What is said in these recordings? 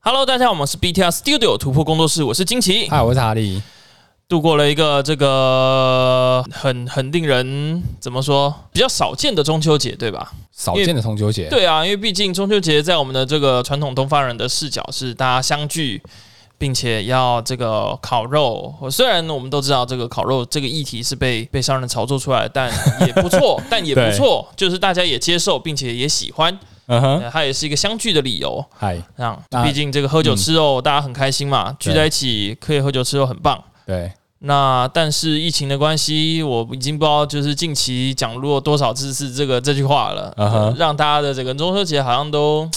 Hello，大家好，我们是 BTR Studio 突破工作室，我是金奇。嗨，我是哈利。度过了一个这个很很令人怎么说比较少见的中秋节，对吧？少见的中秋节，对啊，因为毕竟中秋节在我们的这个传统东方人的视角是大家相聚，并且要这个烤肉。我虽然我们都知道这个烤肉这个议题是被被商人炒作出来的，但也不错，但也不错，就是大家也接受，并且也喜欢，嗯哼，呃它也是一个相聚的理由。嗨，这样，那嗯毕竟这个喝酒吃肉，大家很开心嘛，聚在一起可以喝酒吃肉，很棒。对，那但是疫情的关系，我已经不知道就是近期讲过多少次是这个这句话了呃嗯哼让大家的整个中秋节好像都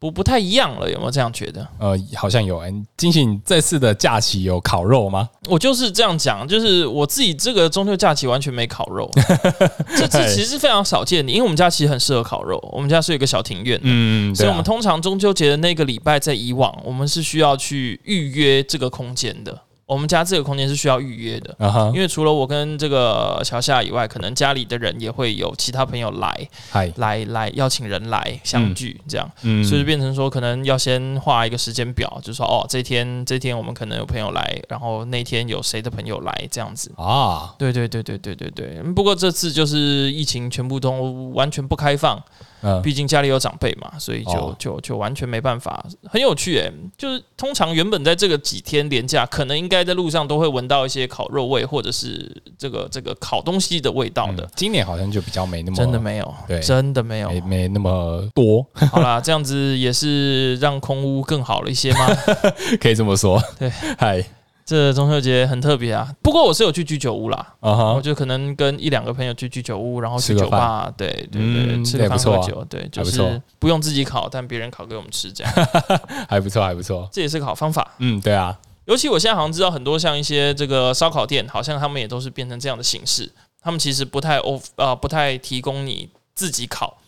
不不太一样了，有没有这样觉得？呃，好像有。哎，金喜，你这次的假期有烤肉吗？我就是这样讲，就是我自己这个中秋假期完全没烤肉，这 哎这其实非常少见的，因为我们家其实很适合烤肉，我们家是有一个小庭院。嗯，所以，我们通常中秋节的那个礼拜，在以往我们是需要去预约这个空间的。我们家这个空间是需要预约的，嗯哼因，为除了我跟这个小夏以外，可能家里的人也会有其他朋友来，嗨，来来邀请人来相聚，这样，嗯所以就变成说，可能要先画一个时间表，就说哦，这天这天我们可能有朋友来，然后那天有谁的朋友来，这样子。啊，对对对对对对对。不过这次就是疫情全部都完全不开放，嗯，毕竟家里有长辈嘛，所以就、哦就就完全没办法。很有趣诶、欸就是通常原本在这个几天连假，可能应该在路上都会闻到一些烤肉味，或者是这个这个烤东西的味道的嗯。今年好像就比较没那么真的没有对，真的没有。没没那么多，好啦，这样子也是让空屋更好了一些吗？ 可以这么说。对， 嗨，这中秋节很特别啊。不过我是有去居酒屋啦，啊我哈，就可能跟一两个朋友去居酒屋，然后去吃个酒吧，对对对，嗯吃个也不饭错喝啊酒，对，就还不错是不用自己烤，但别人烤给我们吃，这 样还不错，还不错。这也是个好方法。嗯，对啊，尤其我现在好像知道很多像一些这个烧烤店，好像他们也都是变成这样的形式，他们其实不太 o 呃不太提供你自己烤，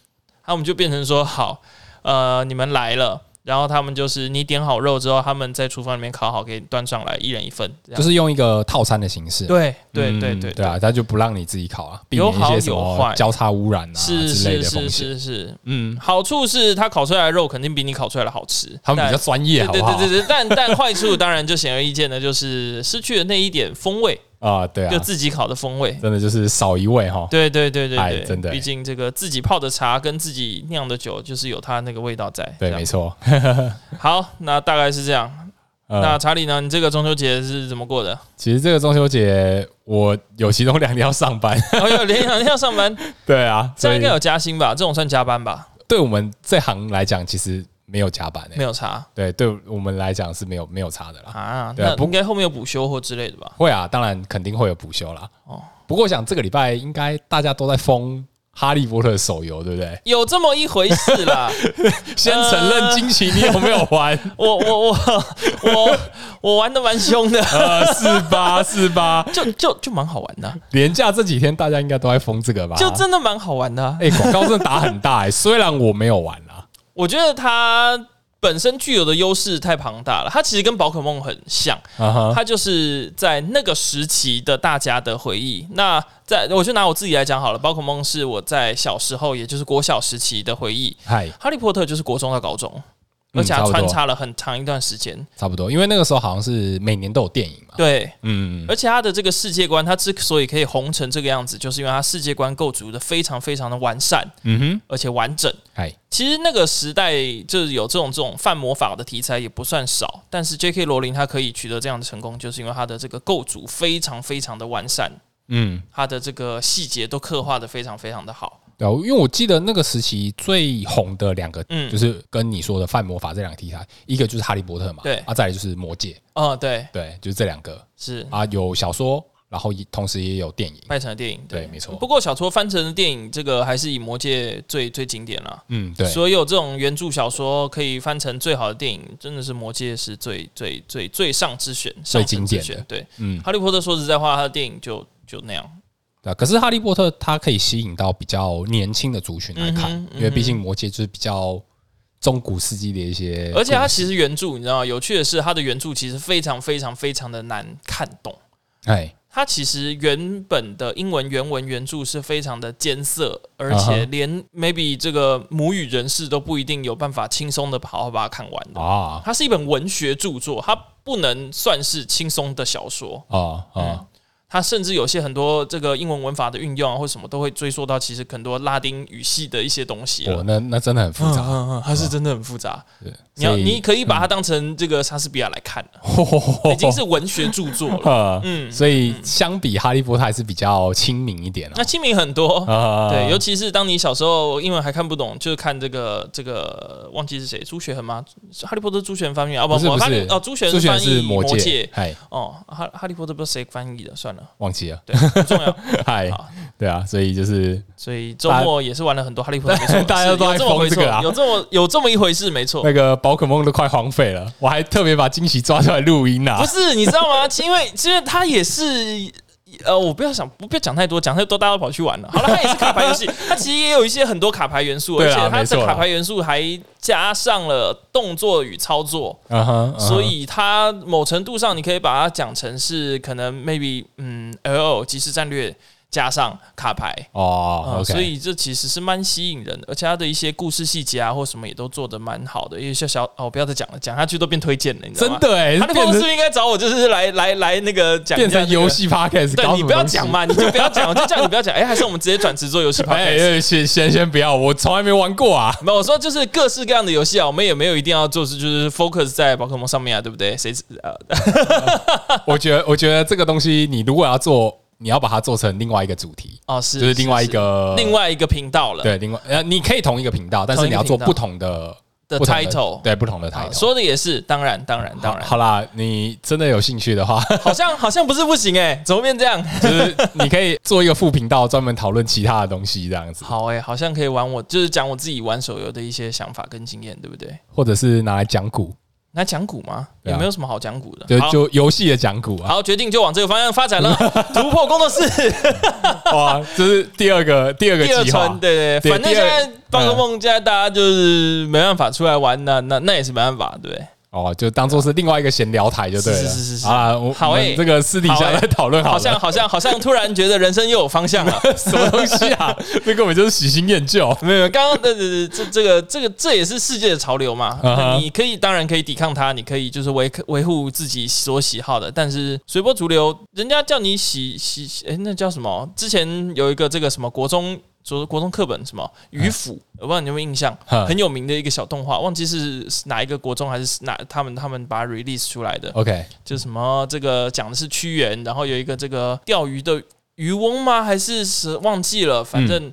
他们就变成说好呃你们来了，然后他们就是你点好肉之后，他们在厨房里面烤好给你端上来，一人一份，这样就是用一个套餐的形式。对啊对嗯对对对啊，他就不让你自己烤啊，避有免一好些有什么坏交叉污染啊是之类是的是风险。是是，嗯，好处是它烤出来的肉肯定比你烤出来的好吃，他们比但较专业，好对不好对？对对，但但 坏处当然就显而易见的，就是失去了那一点风味，啊，对就啊，自己烤的风味。真的就是少一位哈。对对对对哎对，真的毕竟这个自己泡的茶跟自己酿的酒，就是有它那个味道在。这对，样没错。好，那大概是这样。呃那查理呢？你这个中秋节是怎么过的？其实这个中秋节，我有其中两天要 上班。哦哟，连两天要上班，对啊，这所样以应该有加薪吧？这种算加班吧？对我们这行来讲，其实没有加班诶、欸没有差对，对我们来讲是没有没有差的啦。啊？对啊那不应该后面有补休或之类的吧？会啊，当然肯定会有补休啦。哦哦，不过我想这个礼拜应该大家都在疯《哈利波特》手游，对不对？有这么一回事啦。先承认惊奇，你有没有 玩？我我我我我玩的蛮凶的，呃，是 吧？是吧？就就就蛮好玩的啊，廉价这几天大家应该都在疯这个吧？就真的蛮好玩的啊。哎，广告真的打很大哎、虽然我没有玩 啦，我觉得它本身具有的优势太庞大了，它其实跟宝可梦很像。啊哈，它就是在那个时期的大家的回忆。那在我就拿我自己来讲好了，宝可梦是我在小时候，也就是国小时期的回忆，嗨，哈利波特就是国中到高中，嗯而且它差不多嗯穿插了很长一段时间。差不多，因为那个时候好像是每年都有电影嘛。对，嗯，而且它的这个世界观，它之所以可以红成这个样子，就是因为它世界观构筑的非常非常的完善，嗯哼，而且完整。哎，其实那个时代就是有这种这种犯魔法的题材也不算少，但是 J.K. 罗琳她可以取得这样的成功，就是因为她的这个构筑非常非常的完善，嗯，它的这个细节都刻画的非常非常的好。对啊、因为我记得那个时期最红的两个，嗯就是跟你说的犯魔法这两个题材，一个就是哈利波特嘛，对啊，再来就是魔戒，哦，对，对，就是这两个是啊，有小说，然后也同时也有电影，拍成了电影。对，没错不，过小说翻成的电影，这个还是以《魔戒》最最经典啦。嗯，对，所有这种原著小说可以翻成最好的电影，真的是《魔戒》是最最最最上之选，最上乘经之典的选。对，嗯《，哈利波特》说实在话，他的电影就就那样。对啊、可是哈利波特它可以吸引到比较年轻的族群来看，嗯哼因为毕嗯竟魔戒就是比较中古世纪的一些故事，而且它其实原著，你知道吗，有趣的是，它的原著其实非常非常非常的难看懂。哎，它其实原本的英文原文原著是非常的艰涩，而且啊哈连 maybe 这个母语人士都不一定有办法轻松的好好把它看完的。啊它是一本文学著作，它不能算是轻松的小说。啊嗯啊它甚至有些很多这个英文文法的运用啊，或什么都会追溯到其实很多拉丁语系的一些东西了我。那那真的很复嗯杂，嗯嗯，它是真的很复杂。对你要所以嗯你可以把它当成这个莎士比亚来看 了，嗯已经是文学著作了。啊，嗯嗯，所以相比哈利波特还是比较亲民一点那清明很多，啊啊，对，尤其是当你小时候英文还看不懂，就是看这个这个忘记是谁，朱雪恒吗？是哈利波特朱雪恒翻译啊，不不是我不哈利是哦，朱雪朱恒璇翻是译魔戒戒，嗨，哦，哈哈利波特不知道谁翻译的，算了，忘 记了，对，不重要。嗨好，对啊，所以就是所以周末也是玩了很多哈利波特，没错， 大家都在是有这么回疯这错个啊，有这么有这么一回事，没错。那个宝可梦都快荒废了，我还特别把惊喜抓出来录音 啊不，是，你知道吗？因为因为他也是。呃，我不要想，不不要讲太多，讲太多大家都跑去玩了。好了，它也是卡牌游戏， 它其实也有一些很多卡牌元素，而对且啊它没错的啦卡牌元素还加上了动作与操作，嗯哼，嗯哼所以它某程度上你可以把它讲成是可能 maybe 嗯 L 即时战略加上卡牌，哦啊、 ，OK，所以这其实是蛮吸引人的，而且它的一些故事细节啊，或什么也都做得蛮好的。因为小小哦，不要再讲了，讲下去都变推荐了，你知道真吗？的哎，他的变公成司应该找我，就是来来来那个讲一变下成这个游。戏 podcast，搞对什你么不要东西讲。嘛，你就不要讲，我 就叫你不要讲。哎，还是我们直接转职做游 戏 p o d 哎 c 哎，先先先不要，我从来没玩 过啊！没有，我说就是各式各样的游戏啊，我们也没有一定要做是就是 focus 在宝可梦上面啊，对不对？谁知呃，我觉得，我觉得这个东西，你如果要做，你要把它做成另外一个主题，哦是就是另外一个另外一个频道了。对，另外呃，你可以同一个频道，但是同一你个要做频道不同的的不同的 title 对不同的啊 title。说的也是，当然当然当然，好啦，你真的有兴趣的话， 好像好像不是不行哎，怎么变这样？就是你可以做一个副频道，专门讨论其他的东西这样 子，好哎、好像可以玩我，就是讲我自己玩手游的一些想法跟经验，对不对？或者是拿来讲股，那讲股吗？对啊也没有什么好讲股的。就好，就游戏的讲股啊，好，决定就往这个方向发 展了。突破工作室哇，这是第二个第二个第二计划层，，对对对，对反正第现二在宝可梦现在大家就是没办法出来玩，那那那也是没办法，对不对？哦，就当做是另外一个闲聊台就对了，是是是是好啦，我好我欸们这个私底好下欸再讨论好好了，像好像好像突然觉得人生又有方向了。什么东西 啊，这根本就是喜新厌旧，没有，没有刚刚的这这这个这个这也是世界的潮流嘛。嗯哼你可以当然可以抵抗它，你可以就是维维护自己所喜好的，但是随波逐流，人家叫你喜喜哎、那叫什么？之前有一个这个什么国中。说国中课本什么鱼腐，我不知道你有没有印象，嗯很有名的一个小动画，忘记是哪一个国中还是哪他们他们把它 release 出来的， OK，就什么这个讲的是屈原，然后有一个这个钓鱼的渔翁吗？还是是忘记了？反正、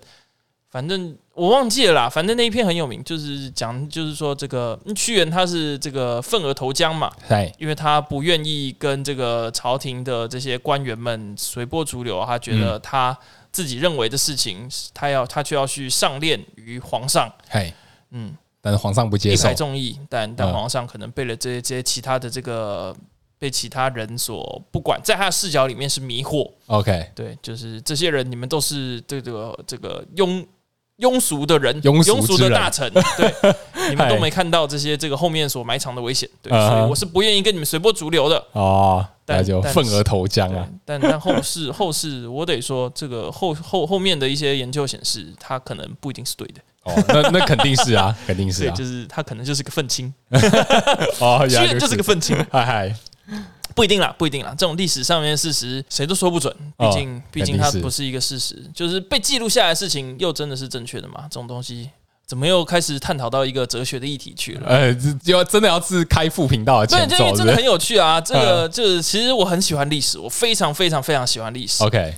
反正我忘记了啦。反正那一篇很有名，就是讲就是说这个嗯屈原他是这个愤而投江嘛，嗨，因为他不愿意跟这个朝廷的这些官员们随波逐流，他觉得他自己认为的事情，他要他就要去上链于皇上。嗨，嗯，但是皇上不接一受牌，众议，但但嗯皇上可能被了这些这些其他的这个被其他人所不管，在他的视角里面是迷惑， OK，对，就是这些人你们都是这个这个庸庸俗的人，庸俗庸俗之的人大 臣，对，你们都嗨没看到这些这个后面所埋藏的危险，对，嗯哼所以我是不愿意跟你们随波逐流的。哦，但那就但愤而投江对啊，，但但后世 后世，我得说，这个后后后面的一些研究显示，他可能不一定是对的，哦，那那肯定是啊，肯定是对，啊就，是他可能就是个愤青，哦，虽原来然就是个愤青， 嗨嗨，不一定啦，不一定啦，这种历史上面的事实谁都说不准，哦毕竟毕竟它肯定是不是一个事实，就是被记录下来的事情又真的是正确的嘛？这种东西怎么又开始探讨到一个哲学的议题去了？呃，这就要真的要是开副频道的对，前嗯这因为奏，是真不的是很有趣 啊！这个就是其实我很喜欢历史，我非常非常非常喜欢历史， ？OK，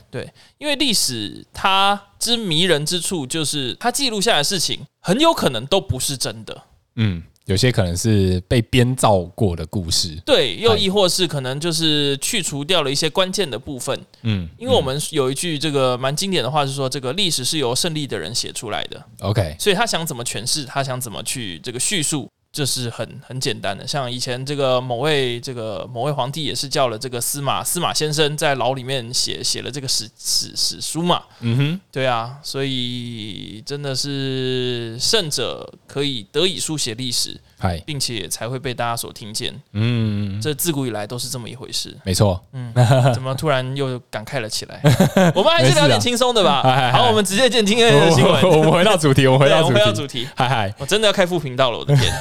因为历史它之迷人之处就是它记录下来的事情很有可能都不是真的。嗯，有些可能是被编造过的故事，对，又嗨亦或是可能就是去除掉了一些关键的部分，嗯，因为我们有一句这个蛮经典的话是说，这个历史是由胜利的人写出来的， OK，所以他想怎么诠释，他想怎么去这个叙述，这是很很简单的。像以前这个某位这个某位皇帝也是叫了这个司马司马先生在牢里面写写了这个史史史书嘛，嗯哼，对啊，所以真的是胜者可以得以书写历史，嗨，并且才会被大家所听见。嗯，这自古以来都是这么一回事。没错， 怎么突然又感慨了起来？ 我们还是聊没事啊点轻松的吧嗨嗨。嗨好，我们直接见今天哎的新闻。我 我们回到主题，我们回对，啊到我们回到主主题，题。嗨嗨，我真的要开副频道了，我的 天！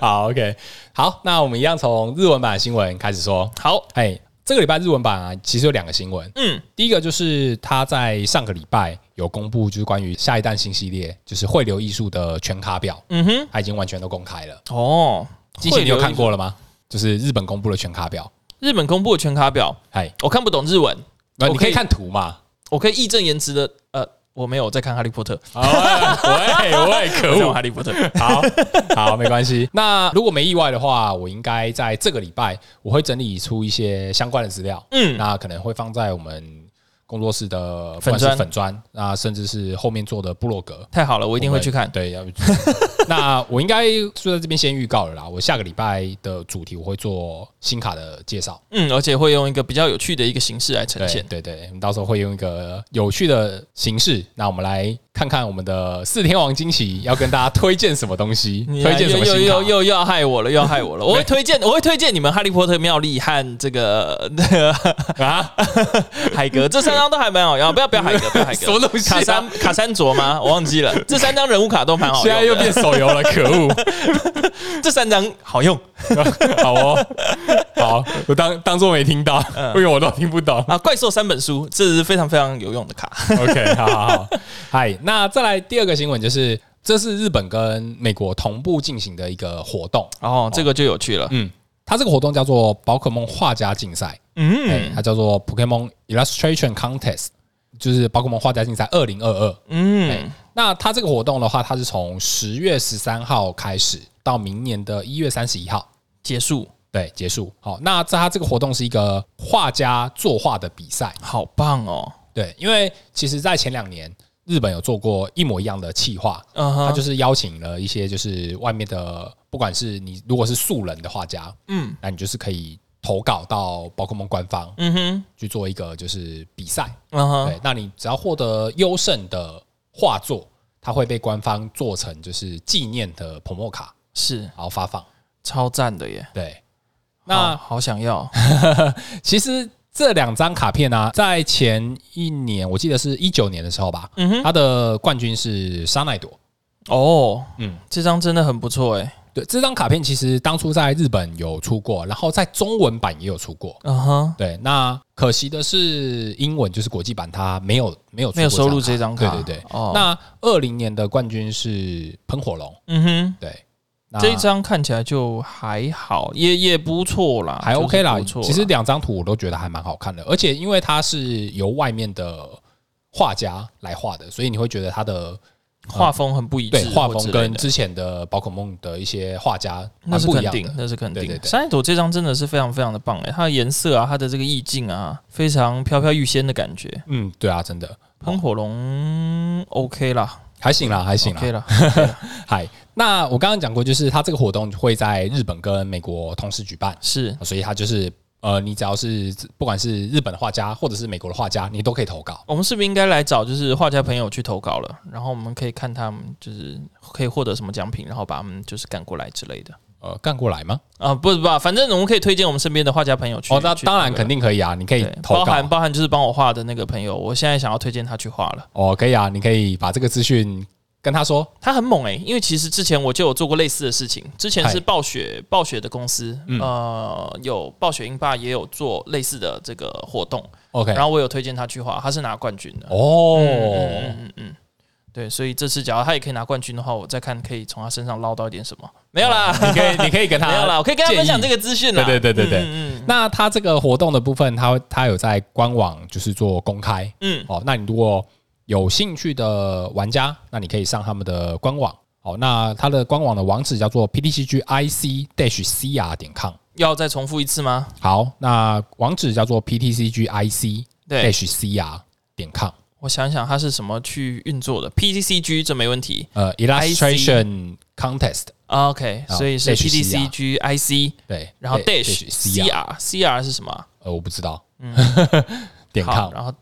好，OK，好，那我们一样从日文版的新闻开始说。好，哎，这个礼拜日文版啊，其实有两个新闻。嗯，第一个就是他在上个礼拜有公布，就是关于下一代新系列，就是汇流艺术的全卡表，嗯哼，它已经完全都公开了。哦，之前你有看会过了吗？就是日本公布的全卡表，一个日本公布的全卡表？哎，我看不懂日文，那我你可可以以看图 嘛？我可以义正言辞的，呃，我没有我在看《哈利波特》，哦喂喂，可我在玩《恶！哈利波特》。 好好，没关系。那如果没意外的话，我应该在这个礼拜我会整理出一些相关的资料，嗯，那可能会放在我们工作室的不粉管专是粉砖，那甚至是后面做的部落格，太好了，我一定会去看。对，要那我应该就在这边先预告了啦。我下个礼拜的主题我会做新卡的介绍，嗯，而且会用一个比较有趣的一个形式来呈对现。对对，我们到时候会用一个有趣的形式。那我们来看看我们的四天王惊喜要跟大家推荐什么东西， 你嗯推荐什么又新又卡。又又要害我了，又要害 我了！我会推荐，我会推荐你们《哈利波特》妙丽和这个啊 海格这三张都还蛮 好哦用，不要不要海格，不要海格，什么东西啊卡山卡山卓吗？我忘记了，这三张人物卡都蛮好现在用又的，变手游了，可恶！ 这三张好用好哦，好，我当当做没听到，嗯因为我都听不懂。啊！怪兽三本书，这是非常非常有用的卡。 OK，好 好好，嗨，那再来第二个新闻就是，这是日本跟美国同步进行的一个活动，哦，这个就有趣了。嗯，它这个活动叫做宝可梦画家竞赛，哎、嗯它叫做 Pokemon Illustration Contest，就是宝可梦画家竞赛二零二二。嗯，那它这个活动的话，它是从十月十三号开始到明年的一月三十一号。结束，对，结束。好，那在它这个活动是一个画家作画的比赛。好棒哦！对，因为其实，在前两年，日本有做过一模一样的企划，嗯他哼，就是邀请了一些就是外面的，不管是你如果是素人的画家，嗯那你就是可以投稿到宝可梦官方嗯哼，去做一个就是比赛。嗯哼，对，那你只要获得优胜的画作，它会被官方做成就是纪念的捧墨卡，是然后发放。超赞的耶！对，那那好想要，其实这两张卡片啊，在前一年我记得是一九年的时候吧，嗯哼，它的冠军是沙奈朵。哦，嗯，这张真的很不错哎。对，这张卡片其实当初在日本有出过，然后在中文版也有出过。嗯哼，对，那可惜的是，英文就是国际版，它没有没有出没有收录这这张卡，对对对。哦，那二零年的冠军是喷火龙，嗯哼，对，那这一张看起来就还好，也也不错啦，嗯还啊就是 OK 啦。不错。其实，两张图我都觉得还蛮好看的，而且因为它是由外面的画家来画的，所以你会觉得它的画风很不一致对或之类的，画风跟之前的宝可梦的一些画家那蛮是不一肯样定，的。那是肯对对定。对山野朵这张真的是非常非常的棒哎，它的颜色啊，它的这个意境啊，非常飘飘欲仙的感觉。嗯，对啊，真的喷火龙 OK 啦还行啦，还行啦，OK。啦，嗨，那我刚刚讲过，就是它这个活动会在日本跟美国同时举办，是所以它就是呃，你只要是不管是日本的画家或者是美国的画家，你都可以投稿。我们是不是应该来找就是画家朋友去投稿了？然后我们可以看他们就是可以获得什么奖品，然后把他们就是赶过来之类的。呃，干过来吗？啊，不是吧，反正我们可以推荐我们身边的画家朋友去。哦，那去当然投稿肯定可以啊，你可以对，投包含稿。包含就是帮我画的那个朋友，我现在想要推荐他去画了。哦，可以啊，你可以把这个资讯跟他说。他很猛诶、因为其实之前我就有做过类似的事情，之前是嗨暴雪暴雪的公司，嗯呃，有暴雪英霸也有做类似的这个活动， OK，然后我有推荐他去画，他是拿冠军的。嗯嗯哦，嗯嗯，对，所以这次只要他也可以拿冠军的话，我再看可以从他身上捞到一点什么。没有啦，你可以，你可以跟嗯 没有他啦，我可以跟他建议分享这个资讯啦。对对对对对嗯嗯那他这个活动的部分，他他有在官网就是做公开嗯，哦。那你如果有兴趣的玩家，那你可以上他们的官网哦。那它的官网的网址叫做 ptcgic dash cr 点 com。要再重复一次吗？好，那网址叫做 ptcgic 对， dash cr 点 com。我想想，它是什么去运作的？PTCG 这没问题。呃，illustration contest 啊 OK，好所以是啊 dash PTCG IC，对，然后 dash dash CR，CR 是什么啊？呃，我不知道嗯， 点好， com。然后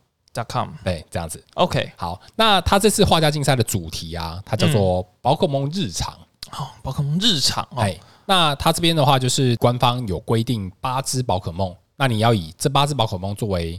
com。对，这样子。 OK，好，那他这次画家竞赛的主题啊，它叫嗯做宝可梦日常。哦，宝可梦日常哦，哎、那它这边的话就是官方有规定八只宝可梦，那你要以这八只宝可梦作为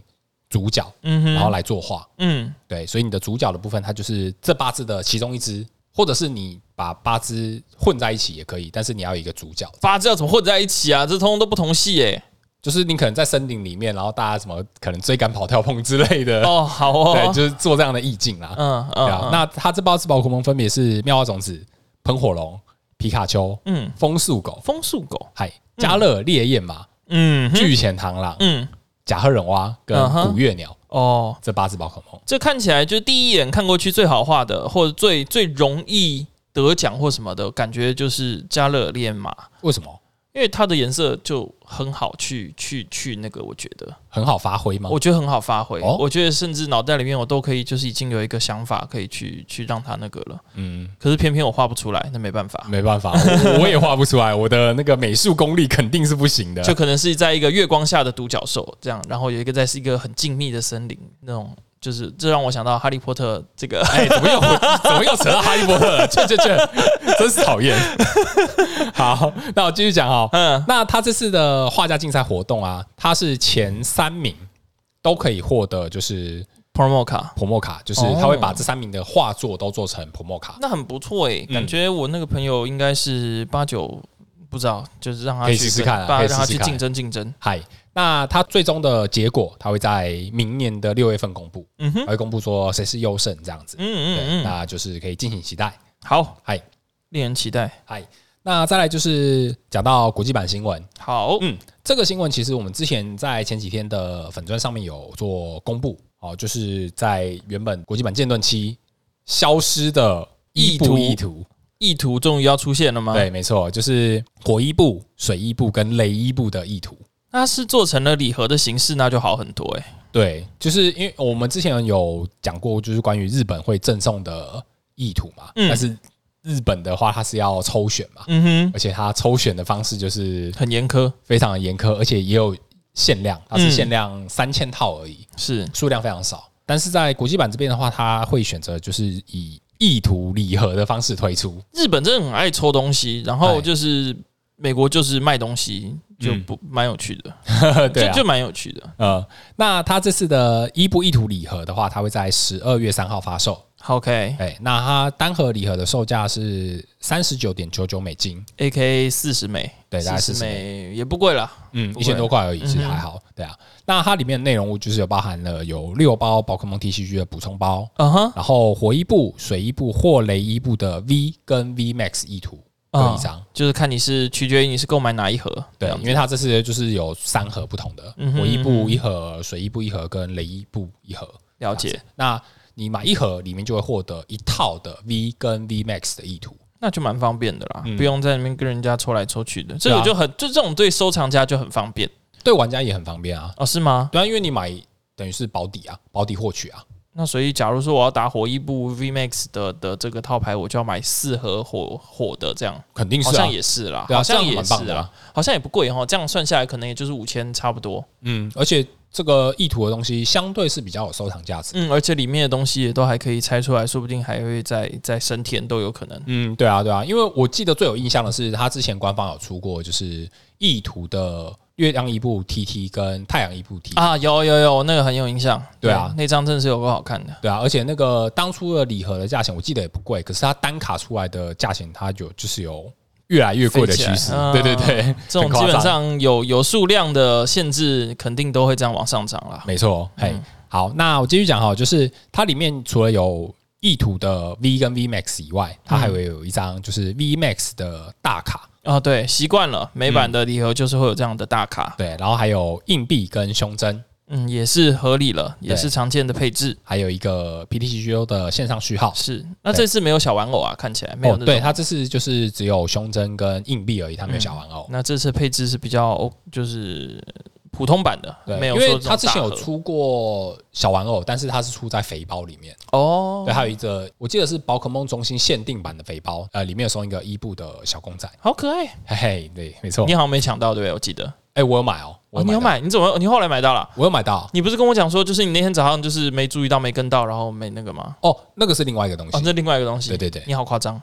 主角，嗯然哼，后来作画。嗯对，所以你的主角的部分，它就是这八只的其中一只，或者是你把八只混在一起也可以，但是你要有一个主角。八字要怎么混在一起啊？这通通都不同系 哎、就是你可能在森林里面，然后大家什么可能追赶、跑、跳、碰之类的，哦，好对，哦，就是做这样的意境啦。嗯对嗯，啊嗯，那它这八只宝可梦分别是妙蛙种子、喷火龙、皮卡丘、嗯，风速狗、风速狗，嗨、加勒烈焰马、嗯哼巨前螳螂、嗯，甲贺忍蛙跟嗯哼古月鸟哦，这八只宝可梦。这看起来就是第一眼看过去最好画的，或者最最容易得奖或什么的感觉，就是加勒练马，为什么因为它的颜色就很好去去去那个，我觉得，很好发挥吗？我觉得很好发挥，哦我觉得甚至脑袋里面我都可以，就是已经有一个想法可以去去让它那个了，嗯，可是偏偏我画不出来，那没办法。没办法，我我也画不出来，我的那个美术功力肯定是不行的。就可能是在一个月光下的独角兽这样，然后有一个在是一个很静谧的森林那种，就是这让我想到《哈利波特》这个 哎、怎么又怎么又扯到哈利波特 了？这这这，真是讨厌。 好，那我继续讲哦。嗯那他这次的画家竞赛活动啊，他是前三名都可以获得，就是 promo 卡，泼墨卡，就是他会把这三名的画作都做成泼墨卡，那很不错诶、嗯感觉我那个朋友应该是八九，不知道，就是让他可以去试试跟看啊爸可以让他试试去看竞争竞争。嗨，那他最终的结果，他会在明年的六月份公布，嗯哼他，会公布说谁是优胜这样子。对，嗯嗯嗯，那就是可以敬请期待。好，嗨令人期待。嗨，那再来就是讲到国际版新闻，好，嗯，这个新闻其实我们之前在前几天的粉砖上面有做公布，哦，就是在原本国际版剑盾期消失的意部图意图，意图终于要出现了吗？，对，没错，就是火一部、水一部跟雷一部的意图。那是做成了礼盒的形式，那就好很多欸诶、对，就是因为我们之前有讲过，就是关于日本会赠送的意图嘛，嗯但是日本的话，它是要抽选嘛，嗯而且它抽选的方式就是哼，很严苛，非常的严苛，而且也有限量，它是嗯限量三千套而已。是数量非常少。但是在国际版这边的话，它会选择就是以意图礼盒的方式推出。 日本真的很爱抽东西，然哎嗯后就是美国就是卖东西，就不蛮有趣的， 对就啊就，蛮有趣的。呃，那它这次的一部意图礼盒的话，它会在十二月三号发售。 OK，A 哎，那它单盒礼盒的售价是三十九点九九美金， K 四十枚，对大概40 40枚也不贵啦。嗯，不贵一千多块而已，其实嗯哼还好。对啊，那它里面的内容物就是有包含了有六包宝可梦 T C G 的补充包，嗯哼，然后火一部、水一部或雷一部的 V 跟 V Max 意图各一嗯张。就是看你是取决于你是购买哪一盒，这，对样因子为它这次就是有三盒不同的，嗯哼火一嗯部哼一盒，水一部一盒，跟雷一部一盒。了解，那你买一盒，里面就会获得一套的 V 跟 V Max 的意图。那就蛮方便的啦，嗯不用在那边跟人家抽来抽去的，这对个啊就很就这种对收藏家就很方便对玩家也很方便啊。哦，是吗？对啊，因为你买等于是保底啊，保底获取啊。那所以假如说我要打火一部 VMAX 的的这个套牌，我就要买四盒火火的这样，肯定是好啊，像也是啦，对啊，好像这样也蛮是棒的啦啊，。好像也不贵哈，哦这样算下来可能也就是五千差不多，嗯，而且这个意图的东西相对是比较有收藏价值。嗯，而且里面的东西也都还可以拆出来，说不定还会再再升天都有可能。嗯，对啊，对啊，因为我记得最有印象的是，它之前官方有出过就是意图的月亮一部 TT 跟太阳一部 TT 啊，有有有，那个很有印象。对啊那张真的是有够好看的。对啊，而且那个当初的礼盒的价钱我记得也不贵，可是它单卡出来的价钱它有就是有越来越贵的趋飞势起来，嗯对对对，这种很夸基张本上有有数量的限制，肯定都会这样往上涨啦。没错，嘿，嗯好，那我继续讲哈，就是它里面除了有意图的 V 跟 V Max 以外，它还会有一张就是 V Max 的大卡，啊，对，习惯了美版的礼盒就是会有这样的大卡，对，然后还有硬币跟胸针，嗯，也是合理了，对也是常见的配置。还有一个 PTCGO 的线上序号。是，那对这次没有小玩偶啊，看起来没有哦，那对，种。嗯它这次就是只有胸针跟硬币而已，它没有小玩偶。那这次配置是比较哦就是普通版的，对，没有因说为这种它之前大有盒出过小玩偶，但是它是出在肥包里面。哦对，，还有一个，我记得是宝可梦中心限定版的肥包，呃，里面有送一个伊布的小公仔，好可爱。嘿嘿，对，没错你。好像没抢到对不对？我记得哦哎，我有买哦，我哦你有到，买？你怎么你后来买到了？我有买到。你不是跟我讲说，就是你那天早上就是没注意到、没跟到，然后没那个吗？哦，那个是另外一个东哦，西。这另外一个东西。对对对你好夸张，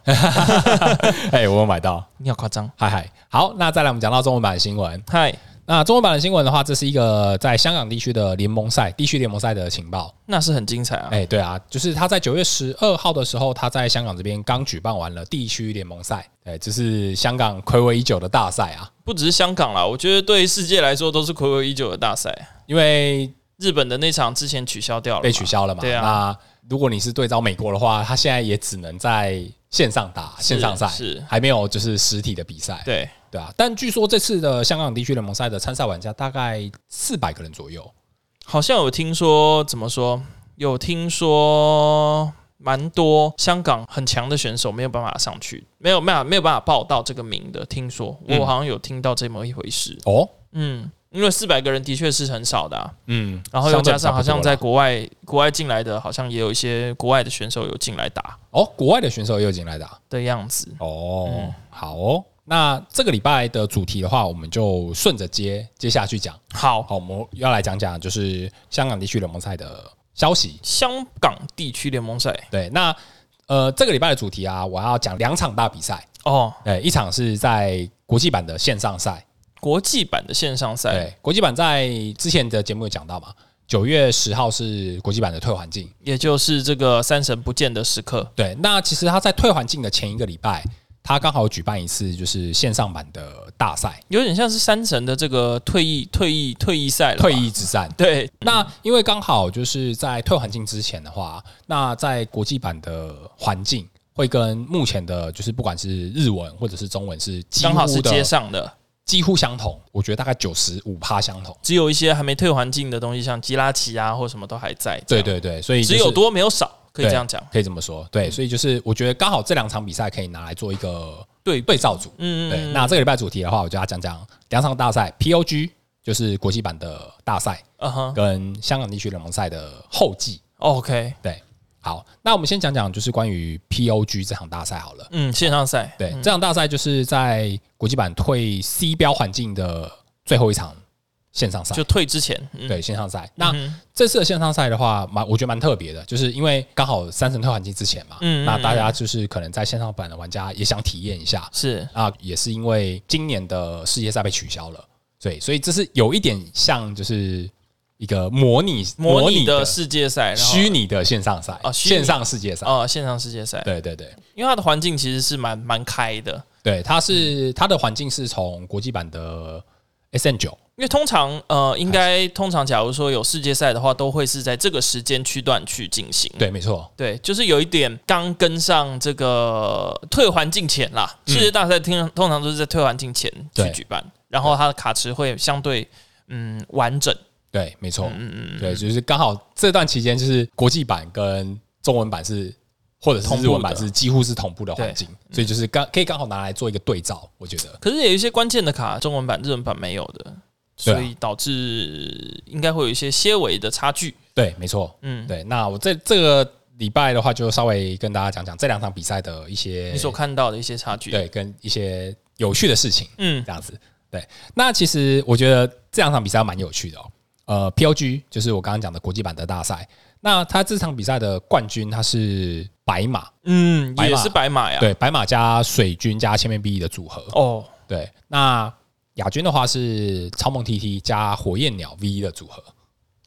哎，我有买到。你好夸张。嗨嗨，好，那再来我们讲到中文版的新闻。嗨，那中文版的新闻的话，这是一个在香港地区的联盟赛，地区联盟赛的情报。那是很精彩啊。哎、对啊，就是他在九月十二号的时候，他在香港这边刚举办完了地区联盟赛，对，这是香港暌违已久的大赛啊。不只是香港啦，我觉得对世界来说都是暌违已久的大赛。因为日本的那场之前取消掉了，被取。消了嘛。对啊那如果你是对照美国的话，他现在也只能在线上打是线上赛，是还没有就是实体的比赛，对，对啊。但据说这次的香港地区联盟赛的参赛玩家大概四百个人左右，好像有听说，怎么说？有听说蛮多香港很强的选手没有办法上去，没有没有没有办法报到这个名的。听说嗯我好像有听到这么一回事。哦，嗯，因为四百个人的确是很少的、啊，嗯，然后又加上相对好比较像不多在啦国外国外进来的，好像也有一些国外的选手有进来打哦，国外的啊选手也有进来打、的样子。哦，好哦。那这个礼拜的主题的话，我们就顺着接接下去讲。好，好，我们要来讲讲就是香港地区联盟赛的消息。香港地区联盟赛对，那呃，这个礼拜的主题啊，我要讲两场大比赛。哦，对，一场是在国际版的线上赛，国际版的线上赛对，国际版在之前的节目有讲到嘛，九月十号是国际版的退环境。也就是这个三神不见的时刻，对，那其实他在退环境的前一个礼拜，他刚好举办一次就是线上版的大赛，有点像是三神的这个退役、退役、退役赛了吧。退役之战。对，那因为刚好就是在退环境之前的话，那在国际版的环境会跟目前的，就是不管是日文或者是中文是几刚好乎是的接上的，几乎相同，我觉得大概九十五趴相同。只有一些还没退环境的东西，像基拉奇啊或什么都还在。对，对对，所以就只是有多没嗯有少，可以对这样讲。可以这么说。对，所以就是我觉得刚好这两场比赛可以拿来做一个对对照组。嗯，嗯对，那这个礼拜主题的话，我就要讲讲两场大赛，POG 就是国际版的大赛，嗯哼跟香港地区联盟赛的后记。 ，OK，对，好，那我们先讲讲就是关于 POG 这场大赛好了。嗯，线上赛，对，这场大赛就是在国际版退 C 标环境的最后一场线上赛就，退之前，嗯，对线上赛。那嗯哼这次的线上赛的话，蛮我觉得蛮特别的，就是因为刚好三神特环境之前嘛，嗯嗯那大家就是可能在线上版的玩家也想体验一下是啊，也是因为今年的世界赛被取消了，所以所以这是有一点像就是一个模拟模拟的的世界赛，然后虚拟的线上赛哦虚拟线上世界赛，哦，线上世界赛，对对对因为它的环境其实是蛮蛮开的，对，它是它的环境是从国际版的 S N 九。因为通常呃，应该通常假如说有世界赛的话，都会是在这个时间区段去进行。对，没错，对，就是有一点刚跟上这个退环境前啦，世界大赛听通常都是在退环境前去嗯对举办，然后它的卡池会相对嗯完整，对，没错，嗯嗯对，就是刚好这段期间，就是国际版跟中文版是，或者同步是日的文版是几乎是同步的环对嗯境，所以就是刚可以刚好拿来做一个对照，我觉得。可是有一些关键的卡，中文版、日文版没有的，对啊所以导致应该会有一些些微的差距。对，没错，嗯，对。那我这这个礼拜的话，就稍微跟大家讲讲这两场比赛的一些你所看到的一些差距。，对跟一些有趣的事情，嗯，这样子。对，那其实我觉得这两场比赛蛮有趣的哦。呃，POG 就是我刚刚讲的国际版的大赛，那他这场比赛的冠军他是白马，嗯，白也马是白马呀。，对，白马加水军加千面 B 的组合。哦，对，那亚军的话是超梦 TT 加火焰鸟 V 的组合。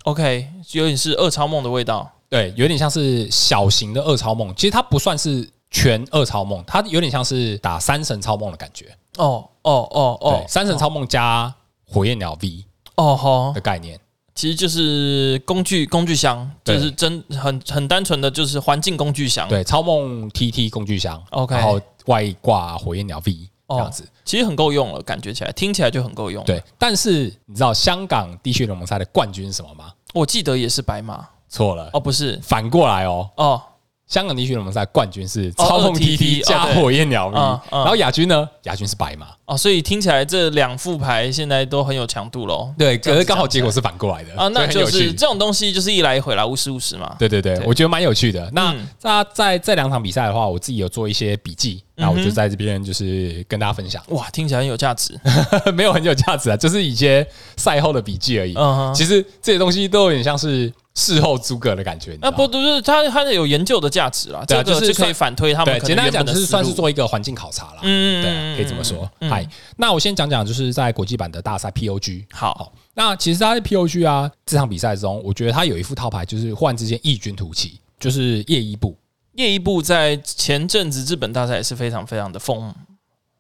OK，有点是二超梦的味道。对，有点像是小型的二超梦，其实它不算是全二超梦，它有点像是打三神超梦的感觉。哦哦哦哦哦，，三神超梦加火焰鸟 V 哦吼的，概念。其实就是工具工具箱，对就是真很很单纯的就是环境工具箱。，对，超梦 TT 工具箱 OK 哦然后外挂火焰鸟 V 这样子。其实很够用了，感觉起来听起来就很够用。，对，但是你知道香港地区联盟赛的冠军是什么吗？我记得也是白马错了，哦，不是反过来哦，哦香港地区联赛冠军是哦操控 TT TT 加哦对火焰鸟咪，嗯嗯然后亚军呢，亚军是白马。哦，所以听起来这两副牌现在都很有强度喽。对，这可样是子刚好讲起结来果是反过来的啊，那就所以很有是趣这种东西就是一来一回啦，五十五十嘛。对对对对，我觉得蛮有趣的。那嗯那在这两场比赛的话，我自己有做一些笔记，那我嗯就哼在这边就是跟大家分享， 哇，听起来很有价值。没有很有价值啊，就是一些赛后的笔记而已。嗯哼，其实这些东西都有点像是事后诸葛的感觉。你知那道啊不吗不是它它有研究的价值啦，这对啊个就是可以算反推他们对，可简能单来原讲本就的是思算是路。做一个环境考察啦。嗯，对啊，可以这么说。嗯嗨，，那我先讲讲就是在国际版的大赛 POG。好，好，那其实他在 POG 啊这场比赛中，我觉得他有一副套牌，就是忽然之间异军突起，就是夜一部。叶一部在前阵子日本大赛也是非常非常的风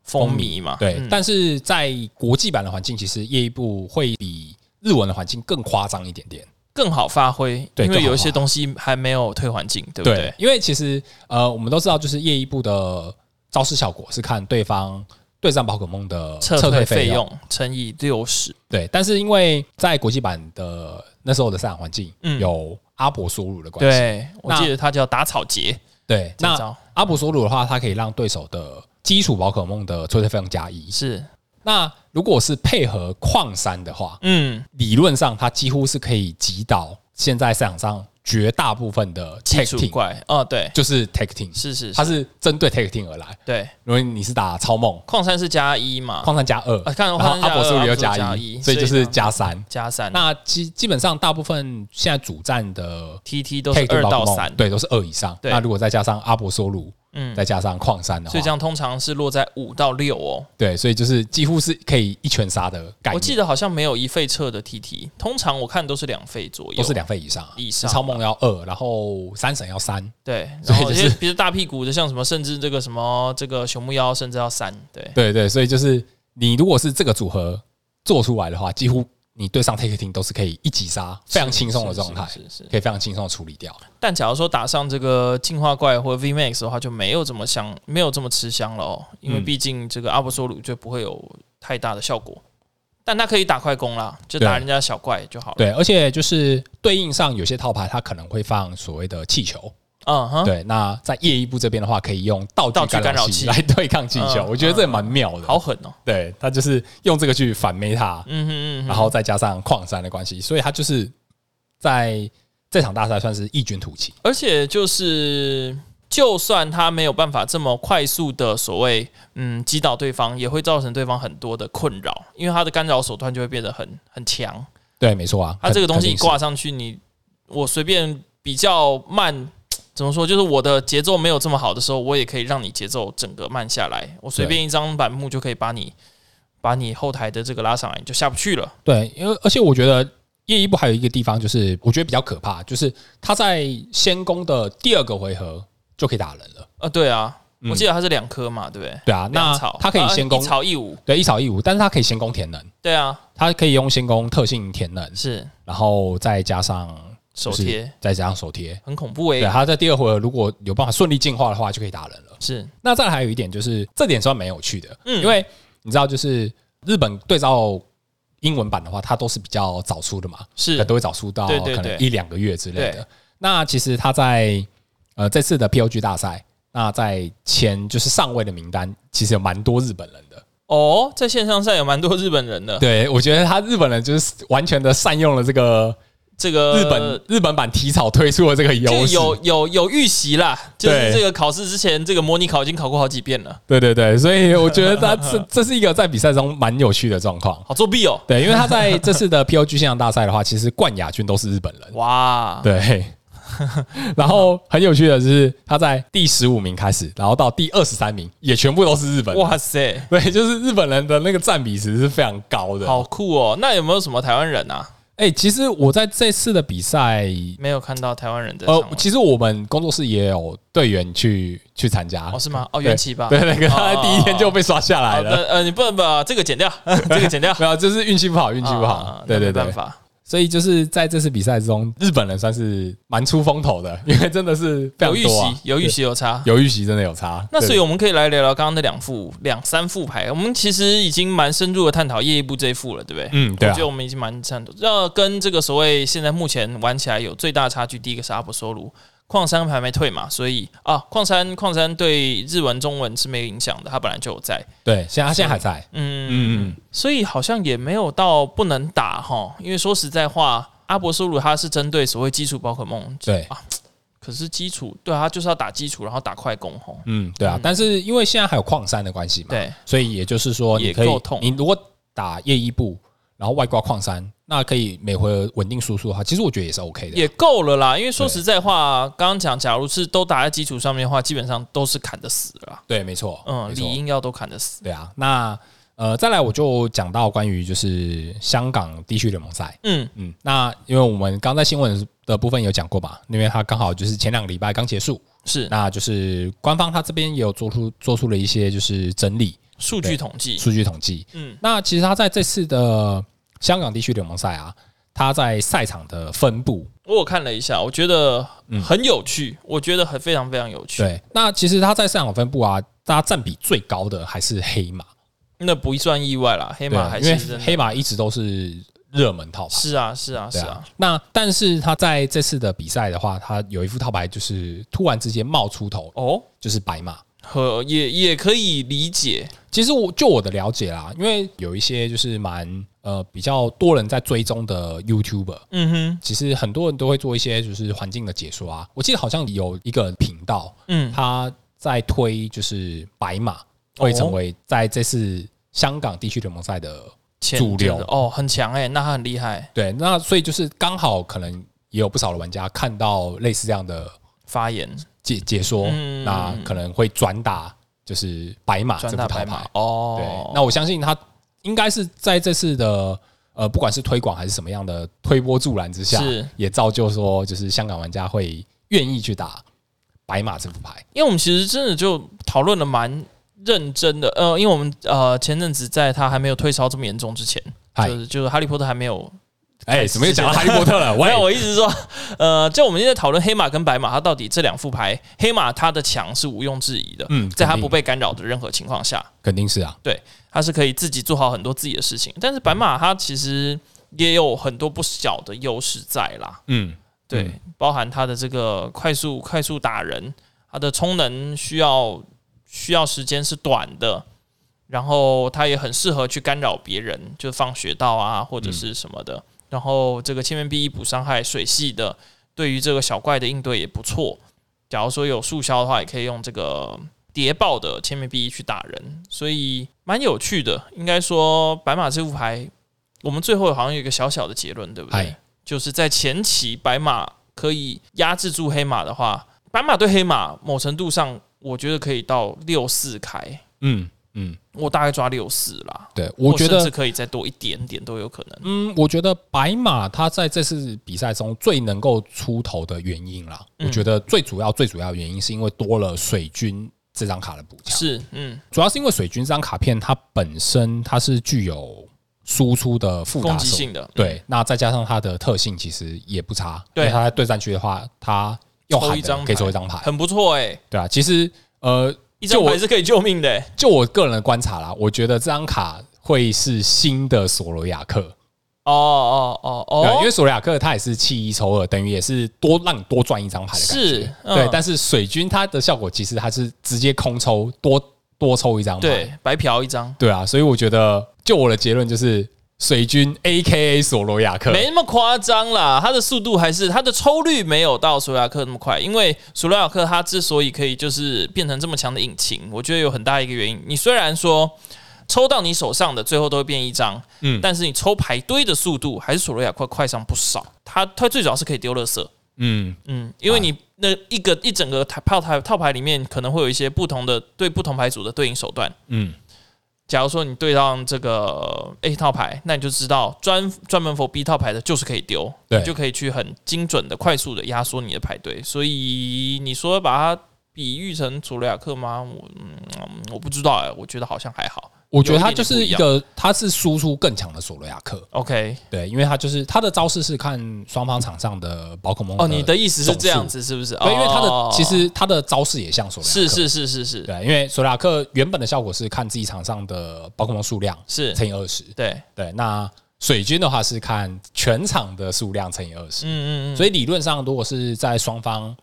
风靡嘛，对，嗯但是在国际版的环境，其实业一部会比日文的环境更夸张一点点。更好发挥，对因为更好有一些发东西还没有退环境，对不对？因为其实呃，我们都知道，就是业一部的招式效果是看对方对战宝可梦的撤退退费费。用乘以六十，对，但是因为在国际版的那时候的赛场环境，嗯有阿伯索鲁的关系。对我那记得它叫打草节对，这那招阿伯索鲁的话，它可以让对手的基础宝可梦的撤退费用加一。是，那如果是配合矿山的话，嗯，理论上它几乎是可以击倒现在赛场上绝大部分的基 tag 础 team，怪哦，对，就是 tag team，是是它是，是针对 tag team 而来。对，如果你是打超梦，矿山是加一嘛，矿山加二，啊看然矿后山加阿二伯斯鲁又阿伯加斯鲁加一，一所以就所以是呢加三。加三，那基基本上大部分现在主战的 T T 都是 tag team 二宝到可三梦，，对，都是二以上。对那如果再加上阿伯索鲁，嗯，再加上矿山的所话以这，样通常是落在五到六哦。对，所以就是几乎是可以一拳杀的概我记念，得好像没有一费撤的 T T，通常我看都是两费左右，都是两费以上啊。以上超梦要二，然后三神要三，对，所然以后就一些是比如大屁股的，像什么，甚至这个什么这个熊木腰，甚至要三，对，对对，所以就是你如果是这个组合做出来的话，几乎你对上 take team 都是可以一击杀，非常轻松的状态，是是是是可以非常轻松的处理掉。但假如说打上这个进化怪或 V Max 的话，就没有这么香，没有这么吃香了哦，因为嗯毕竟这个阿波索鲁就不会有太大的效果，但它可以打快攻啦，就打对人家小怪就好了。对，而且就是对应上有些套牌，它可能会放所谓的气球。嗯哼，对，那在夜一部这边的话，可以用道道具具干干扰扰器器来对抗气球，嗯我觉得这也蛮妙的。好，狠哦，对，它就是用这个去反 meta，嗯哼嗯哼，然后再加上矿山的关系，所以它就是在这场大赛算是异军突起。而且就是，就算他没有办法这么快速的所谓嗯击倒对方，也会造成对方很多的困扰，因为他的干扰手段就会变得很很强。对，没错啊，他这个东西肯一定是挂上去，你我随便比较慢。怎么说？就是我的节奏没有这么好的时候，我也可以让你节奏整个慢下来。我随便一张板木就可以把你把你后台的这个拉上来，你就下不去了。对，因为而且我觉得夜一部还有一个地方就是我觉得比较可怕，就是他在先攻的第二个回合就可以打人了。呃，对啊，嗯我记得它是两颗嘛，对不对？对啊，那两草，他可以啊先攻一，草一舞，对一草一五，但是他可以先攻填能，对啊，他可以用先攻特性填能，是然后再加上手就是贴，再加上手贴。很恐怖欸诶、对，啊他在第二回合如果有办法顺利进化的话，就可以打人了。是，那再来还有一点就是，这点算蛮有趣的，嗯因为你知道，就是日本对照英文版的话，它都是比较早出的嘛，是可能都会早出到对对对可能一两个月之类对的。那其实他在呃这次的 POG 大赛，那在前就是上位的名单，其实有蛮多日本人的。哦，在线上赛有蛮多日本人的，对，我觉得他日本人就是完全的善用了这个这个日本、日本版提草推出的这个呃就优势。有有有预习啦，就是对这个考试之前，这个模拟考已经考过好几遍了，对对对，所以我觉得他 这这是一个在比赛中蛮有趣的状况。好作弊哦，对，因为他在这次的 POG 现场大赛的话，其实冠亚军都是日本人。哇，对， 然后很有趣的是，他在第十五名开始，然后到第二十三名也全部都是日本人。哇塞，对，就是日本人的那个占比值是非常高的。好酷哦，那有没有什么台湾人啊？哎、其实我在这次的比赛，没有看到台湾人的呃，其实我们工作室也有队员去去参加。哦是吗？哦对元气吧，对，那个他哦 在第一天就被刷下来好了。的，呃，你不能把这个剪掉， 这个剪 掉，没有，就是运气不好，运气不好。啊对那对没对办，法，所以就是在这次比赛中，日本人算是蛮出风头的，因为真的是非常有预多啊、习，有预习有差，有预习真的有差。那所以对我们可以来聊聊刚刚那两副、两三副牌。我们其实已经蛮深入的探讨夜一部这一副了，对不对？嗯，对我啊觉，得我们已经蛮探讨。要跟这个所谓现在目前玩起来有最大差距，第一个是阿波索鲁，矿山还没退嘛，所以啊，矿山矿山对日文中文是没影响的，它本来就有在，对，现在他现在还在，嗯，所以好像也没有到不能打哈，因为说实在话，阿伯苏鲁他是针对所谓基础宝可梦，对啊，可是基础对啊他就是要打基础，然后打快攻哈，嗯，对啊，但是因为现在还有矿山的关系嘛，对，所以也就是说，你也可以够痛你如果打夜一步，然后外挂矿山，那可以每回合稳定输出的话，其实我觉得也是 OK 的。也够了啦。因为说实在话，刚刚讲，假如是都打在基础上面的话，基本上都是砍得死了啦，对，没错，嗯，没理错，应要都砍得死，对啊。那呃，再来我就讲到关于就是香港地区联盟赛，嗯，嗯，那因为我们刚在新闻的部分有讲过嘛，因为它刚好就是前两个礼拜刚结束，是那就是官方它这边也有做出做出了一些就是整理数据统计，数据统计，嗯，那其实他在这次的香港地区联盟赛啊，他在赛场的分布，我有看了一下，我觉得很有趣，我觉得很非常非常有趣，嗯对，那其实他在赛场分布啊，他占比最高的还是黑马，那不算意外啦，黑黑马还啊因是为真的黑马一直都是热门套牌，是啊，是啊，是对啊啊，。那但是他在这次的比赛的话，他有一副套牌就是突然之间冒出头，哦，就是白马。和也也可以理解，其实我就我的了解啦，因为有一些就是蛮呃比较多人在追踪的 YouTuber，嗯哼，其实很多人都会做一些就是环境的解说啊。我记得好像有一个频道，嗯，哦他在推就是白马会成为在这次香港地区联盟赛的前主流阵子哦，很强哎、那他很厉害，对，那所以就是刚好可能也有不少的玩家看到类似这样的发言解解说，嗯那可能会转打就是白马啊这转副打套白牌马。哦，对，那我相信他应该是在这次的呃，不管是推广还是什么样的推波助澜之下是，也造就说就是香港玩家会愿意去打白马这副牌。因为我们其实真的就讨论的蛮认真的，呃，因为我们呃前阵子在他还没有退烧这么严重之前，嗨就是就是哈利波特还没有，哎，怎么又讲到哈利波特了？ 没有，喂，我一直说，呃，就我们现在讨论黑马跟白马，它到底这两副牌，黑马它的强是毋庸置疑的，嗯在它肯不定被干扰的任何情况下，肯定是啊，他是可以自己做好很多自己的事情。但是白马它其实也有很多不小的优势在啦，嗯，对，包含它的这个快速快速打人，它的充能需要需要时间是短的，然后它也很适合去干扰别人，就放雪道啊或者是什么的。然后这个千面 B 一补伤害水系的，对于这个小怪的应对也不错。假如说有速消的话，也可以用这个谍报的千面 B E 一去打人，所以蛮有趣的。应该说白马这副牌，我们最后好像有一个小小的结论，对不对嗨？就是在前期白马可以压制住黑马的话，白马对黑马某程度上，我觉得可以到六四开，嗯嗯，我大概抓六四啦。对，我或觉甚至得，可以再多一点点都有可能。嗯，我觉得白马他在这次比赛中最能够出头的原因啦，嗯我觉得最主要最主要的原因是因为多了水军这张卡的补强，是，嗯，主要是因为水军这张卡片它本身它是具有输出的附攻打击手，性的，对，那再加上它的特性其实也不差，对因为它在对战区的话，它用抽喊一张的可以牌抽一张牌，很不错哎、对啊，其实呃，一张就我牌是可以救命的、欸。就我个人的观察啦，我觉得这张卡会是新的索罗亚克，哦哦哦对，哦，因为索罗亚克他也是弃一抽二，等于也是多让你多赚一张牌的感觉，是嗯对。但是水军它的效果其实它是直接空抽，多多抽一张牌，对，白嫖一张，对啊，所以我觉得就我的结论就是，水军 A K A 索罗亚克，没那么夸张啦。它的速度还是它的抽率没有到索亚克那么快，因为索亚克它之所以可以就是变成这么强的引擎，我觉得有很大一个原因。你虽然说抽到你手上的最后都会变一张，嗯但是你抽排堆的速度还是索罗亚克快上不少。它它最主要是可以丢垃圾，嗯，嗯，因为你那一个一整个套套牌套牌里面可能会有一些不同的对不同牌组的对应手段。嗯，假如说你对上这个 A 套牌，那你就知道专专门 for B 套牌的就是可以丢，对你就可以去很精准的、快速的压缩你的排队。所以你说把它比喻成佐罗亚克吗？我嗯，嗯我不知道哎、我觉得好像还好。我觉得他有一点就是一不个，他是输出更强的索罗亚克， OK，对，因为他就是他的招式是看双方场上的宝可梦哦，你的的意思是这样子是不是？呃总数，对，因为他哦的其实他的招式也像索罗亚克，是是是是是对，因为索罗亚克原本的效果是看自己场上的宝可梦数量是，乘以二十，对，对，那水军的话是看全场的数量乘以二十，嗯嗯嗯，所以理论上，如果是在双方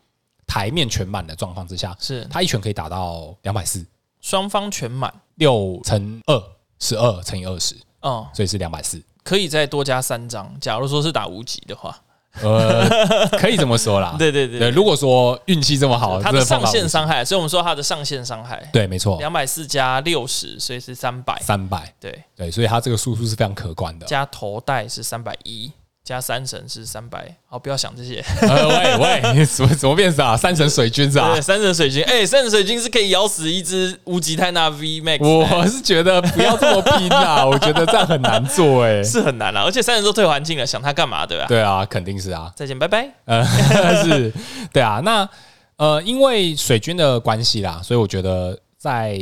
台面全满的状况之下，是它一拳可以打到两百四，双方全满，六乘二十二乘以二十，嗯，所以是两百四。可以再多加三张。假如说是打无极的话，呃， 可以这么说啦。对对对，如果说运气哦这么好，它的真碰上到限五十伤害，所以我们说它的上限伤害对，没错，两百四加六十，所以是三百，三百对，对，所以它这个输出是非常可观的。加头带是三百一，加三神是三百。好，不要想这些。 呃，喂喂， 什么什么变啊？三神水军是吧对，？ 三神水晶，哎、三神水晶是可以咬死一只无极泰纳 V Max，的、我是觉得不要这么 拼啦，我觉得这样很难做哎、是很难啦、啊而且三神都退环境了，想它干嘛，对吧、对啊，肯定是啊， 再见，拜拜。呃，是，对啊。那呃，因为水军的关系啦，所以我觉得在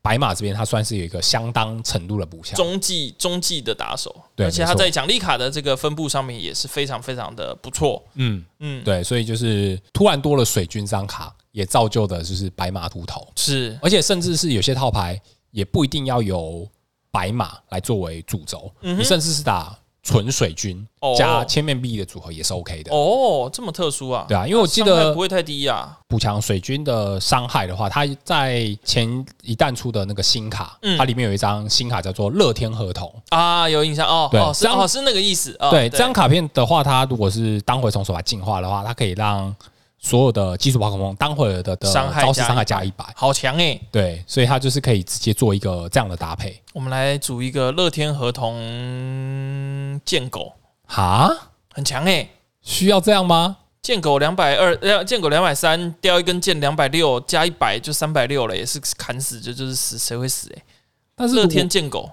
白马这边，它算是有一个相当程度的补强。中继中继的打手，对而且没他错在奖励卡的这个分布上面也是非常非常的不错。嗯，嗯，对，所以就是突然多了水军这张卡，也造就的就是白马秃头，是，而且甚至是有些套牌也不一定要由白马来作为主轴，嗯你哼，甚至是打纯水军哦加千面币的组合也是 OK 的。哦，这么特殊啊？啊对啊，因为我记伤害得不会太低啊。补强水军的伤害的话，它在前一弹出的那个新卡，嗯它里面有一张新卡叫做乐天合同。啊，有印象哦，对哦是这样哦是那个意思哦，对，这张卡片的话，它如果是当回从手把它进化的话，它可以让所有的基础宝可梦当回的的伤害招式加伤害100加一百。好强哎、对，所以它就是可以直接做一个这样的搭配。我们来组一个乐天合同剑狗，哈，很强哎、需要这样吗？剑狗两百二，呃，剑狗两百三，掉一根剑两百六，加一百就三百六了，也是砍死，就就是死，谁会死、欸？但是乐我天剑 狗，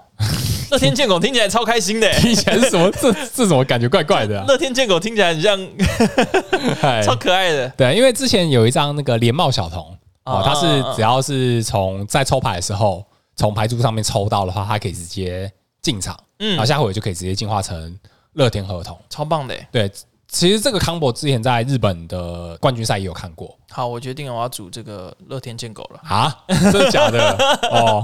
乐天剑狗听起来超开心的、欸，听起来是什么？这 这怎么感觉怪怪的、啊？乐天剑狗听起来很像哎嗨超可爱的，对，因为之前有一张那个连帽小童哦啊，他是只要是从在抽牌的时候，从牌柱上面抽到的话，他可以直接进场，然后嗯，下回就可以直接进化成乐天合同。超棒的、欸。对，其实这个 combo 之前在日本的冠军赛也有看过好，我决定了我要组这个乐天剑狗了。啊， 真的假的？哦，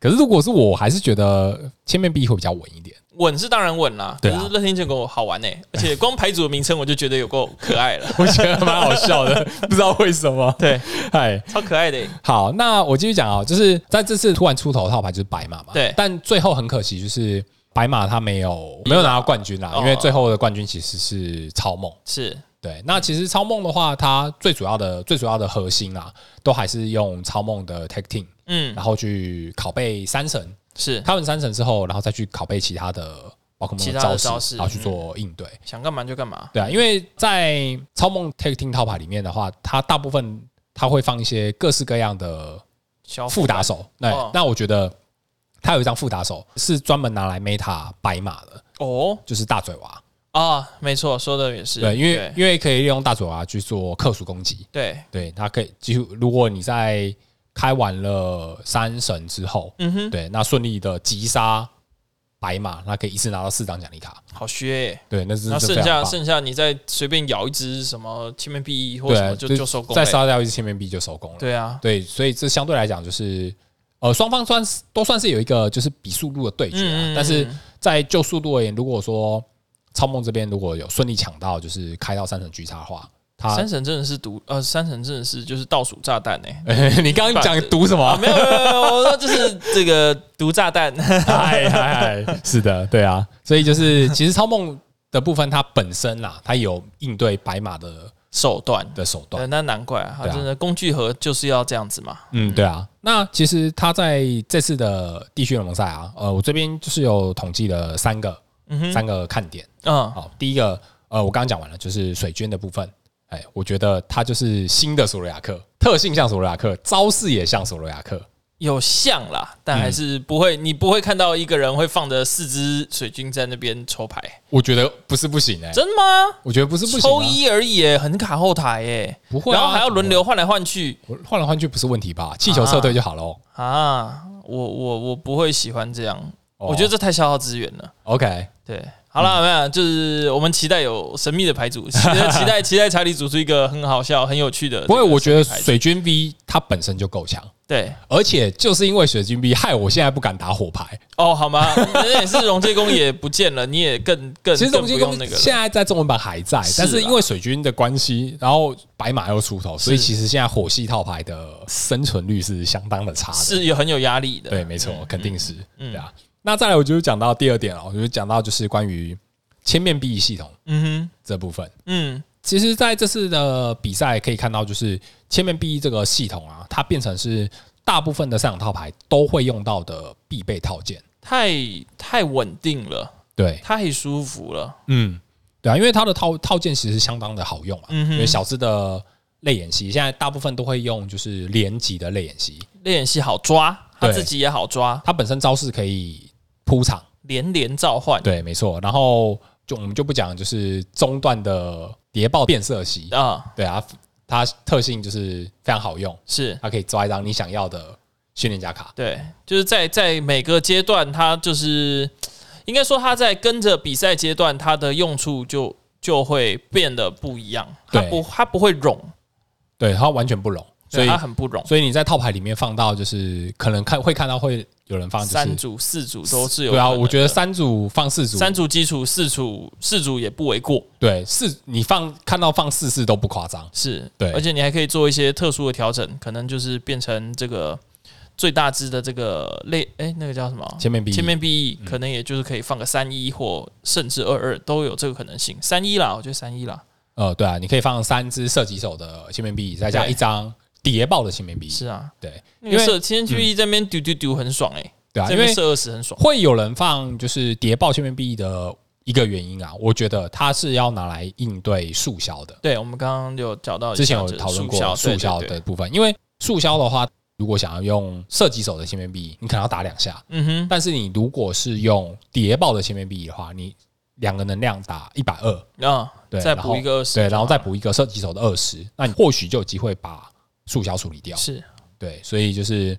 可是如果是我，还是觉得千面币会比较稳一点。稳是当然稳啦，对可啊是乐天剑狗好玩哎、而且光牌组的名称我就觉得有够可爱 了，我觉得蛮好笑的，不知道为什么。对，哎，超可爱的、欸。好，那我继续讲啊，就是在这次突然出头的套牌就是白马嘛，对但最后很可惜就是白马他没有没有拿到冠军啦，哦因为最后的冠军其实是超梦。是，对，那其实超梦的话，它最主要的最主要的核心啊，都还是用超梦的 tag team，嗯，然后去拷贝三神，是拷贝三神之后，然后再去拷贝其他的宝可梦其的他的招招式，式嗯然后去做应对。想干嘛就干嘛。对啊，因为在超梦 tag team 套牌里面的话，它大部分它会放一些各式各样的小副打手，那、哦那我觉得他有一张副打手是专门拿来 Meta 白马的，哦就是大嘴娃。啊，没错，说的也是对，因为因为可以利用大嘴娃去做克数攻击。对，对，它可以几乎如果你在开完了三神之后，嗯哼，对，那顺利的击杀白马，那可以一次拿到四张奖励卡。好削欸。对，那是然后是非剩常下棒剩下你再随便咬一只什么千面 B 或什么对，就就收工再了。欸杀掉一只千面币就收工了。对啊，对，所以这相对来讲就是，呃，双方算是都算是有一个就是比速度的对决啊。嗯嗯嗯但是在就速度而言，如果说超梦这边如果有顺利抢到，就是开到三层巨叉的话，他三神真的是毒，呃，三神真的是就是倒数炸弹 哎。你刚刚讲读什 啊，么？没有没有没有，我说就是这个毒炸弹。 嗨嗨嗨，是的，对啊，所以就是其实超梦的部分，它本身啦，它有应对白马的手段。的手段对，。那难怪啊，它对啊真的工具盒就是要这样子嘛。嗯，对啊。那其实他在这次的地区联盟赛啊，呃，我这边就是有统计了三个、嗯哼，三个看点。嗯，好，第一个，呃，我刚刚讲完了，就是水军的部分。哎，我觉得它就是新的索罗亚克，特性像索罗亚克，招式也像索罗亚克。有像啦，但还嗯是不会，你不会看到一个人会放着四只水军在那边抽牌，我觉得不是不行哎、真的吗？我觉哎得不是不行、抽啊，一而已耶，很卡后台耶，不会、啊，然后还要轮流换来换去我换来换去不是问题吧？气球撤退就好喽。啊！我我我不会喜欢这样，哦嗯我觉得这太消耗资源了。 OK，对，好了，没有，就是我们期待有神秘的牌组，期 待期待期待查理组出一个很好笑、很有趣的这个不神秘牌过组。我觉得水军 V 它本身就够强，对而且就是因为水军 V 害我现在不敢打火牌。哦，好吗？那也是荣界公也不见了，你也更更其实更中不间公用那个现了。在在中文版还在，是啊但是啦因为水军的关系，然后白马又出头，所以是其实现在火系套牌的生存率是相当的差的。是有很有压力的，对，没错，肯定是，嗯对啊。那再来，我就讲到第二点了，我就讲到就是关于千面 B 系统嗯哼，这部分。嗯，其实，在这次的比赛可以看到，就是千面 B 这个系统啊，它变成是大部分的赛场套牌都会用到的必备套件。太太稳定了，对，太舒服了，嗯，对啊，因为它的套套件其实相当的好用啊。嗯哼因为小资的泪眼蜥现在大部分都会用就是连级的泪眼蜥，练习好抓，他对自己也好抓，它本身招式可以铺场。连连召唤，对，没错。然后就我们就不讲，就是中段的谍报变色系，啊，对啊，它特性就是非常好用，是它可以抓一张你想要的训练家卡。对，就是在在每个阶段，它就是应该说它在跟着比赛阶段，它的用处就就会变得不一样，它对不它不会冗，对，它完全不容，所对以它很不冗，所以你在套牌里面放到就是可能看会看到会有人放就三是组啊四组都是有对啊，可能我觉得的三组放四组，三组基础四组四组也不为过，对四你放看到放四次都不夸张，是对而且你还可以做一些特殊的调整，可能就是变成这个最大只的这个类，哎、那个叫什么？前面比嗯前面 B E 可能也就是可以放个三一或甚至二二都有这个可能性，三一啦，我觉得三一啦，呃对啊，你可以放三只射击手的前面比，再加对一张谍报的前面比，是啊，对那因个为射天去一这边丢丢丢很爽哎、对啊，这因边为射二十很爽，会有人放就是谍报千面币的一个原因啊，我觉得它是要拿来应对速销的。对我们刚刚有讲到一下之前有讨论过就是速速销销对对对的部分，因为速销的话，如果想要用射击手的千面币，你可能要打两下；嗯哼，但是你如果是用谍报的千面币的话，你两个能量打一百二，啊，对，再然补后一个二十，啊对，然后再补一个射击手的二十，那你或许就有机会把速销处理掉。是对，所以就是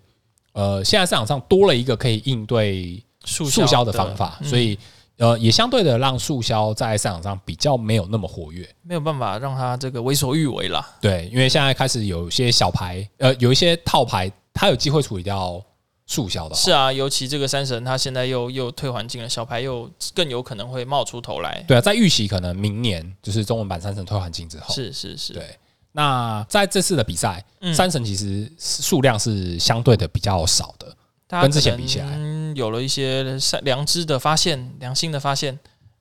呃，现在市场上多了一个可以应对速促销的方法，嗯所以呃，也相对的让促销在市场上比较没有那么活跃。没有办法让他这个为所欲为啦，对，因为现在开始有一些小牌，呃，有一些套牌，它有机会处理掉促销的哦话。是啊，尤其这个山神，他现在又又退环境了，小牌又更有可能会冒出头来。对啊，在预期可能明年就是中文版三神退环境之后，是是是，对。那在这次的比赛，嗯三神其实数量是相对的比较少的，大家跟之前比起来可能有了一些善良知的发现，良心的发现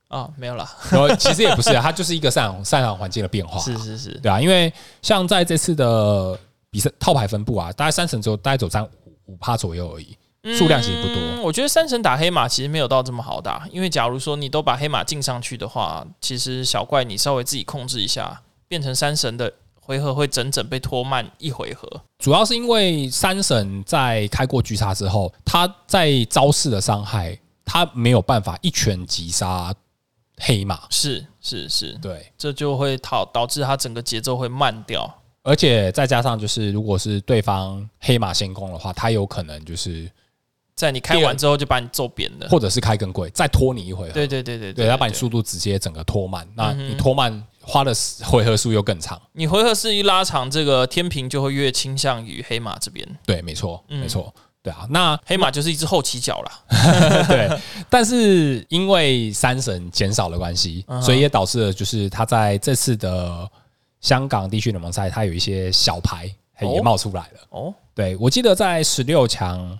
啊，没有啦，然后其实也不是啊，它就是一个赛场赛场环境的变化啊。是是是，对啊，因为像在这次的比赛套牌分布啊，大概三神只有大概走占五五趴左右而已，数量其实不多。嗯我觉得三神打黑马其实没有到这么好打，因为假如说你都把黑马进上去的话，其实小怪你稍微自己控制一下，变成三神的回合会整整被拖慢一回合。主要是因为三神在开过巨杀之后，他在招式的伤害，他没有办法一拳击杀黑马。是是是，对，这就会导导致他整个节奏会慢掉。而且再加上就是，如果是对方黑马先攻的话，他有可能就是在你开第二完之后就把你揍扁了。或者是开更贵，再拖你一回合。对对对对啊对，他把你，速度直接整个拖慢，那嗯哼你拖慢花的时回合数又更长。你回合是一拉长，这个天平就会越倾向于黑马这边。对，没错，嗯没错，对啊。那黑马就是一只后起脚啦， 对，但是因为三神减少的关系嗯，哼所以也导致了就是他在这次的香港地区联盟赛，他有一些小牌哦也冒出来了。哦，对我记得在十六强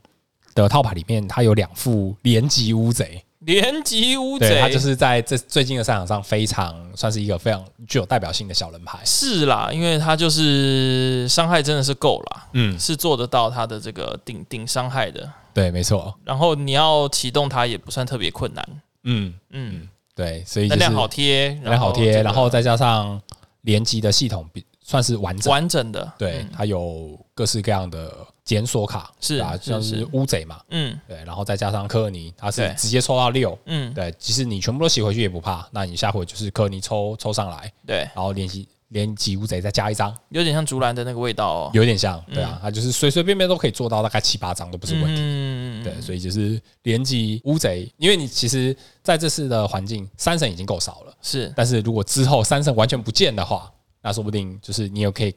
的套牌里面，他有两副连级乌贼，连级乌对贼，他就是在这最近的赛场上非常算是一个非常具有代表性的小人牌。是啦，因为他就是伤害真的是够啦，嗯，是做得到他的这个顶顶伤害的。对，没错，然后你要启动它也不算特别困难，嗯，嗯，对，所以就能是量好贴，能量好这贴，个然后再加上连级的系统比算是完整。完整的，对，嗯它有各式各样的检索卡，是啊，是像是是乌贼嘛，嗯对，然后再加上科尼，它是对直接抽到六，嗯，对，即使你全部都洗回去也不怕，那你下回就是科尼抽抽上来，对，然后连级连级乌贼再加一张，有点像竹篮的那个味道哦，有点像，对啊，它就是随随便便都可以做到大概七八张都不是问题，嗯，对，所以就是连击乌贼，因为你其实在这次的环境三神已经够少了，是但是如果之后三神完全不见的话，那说不定就是你又可以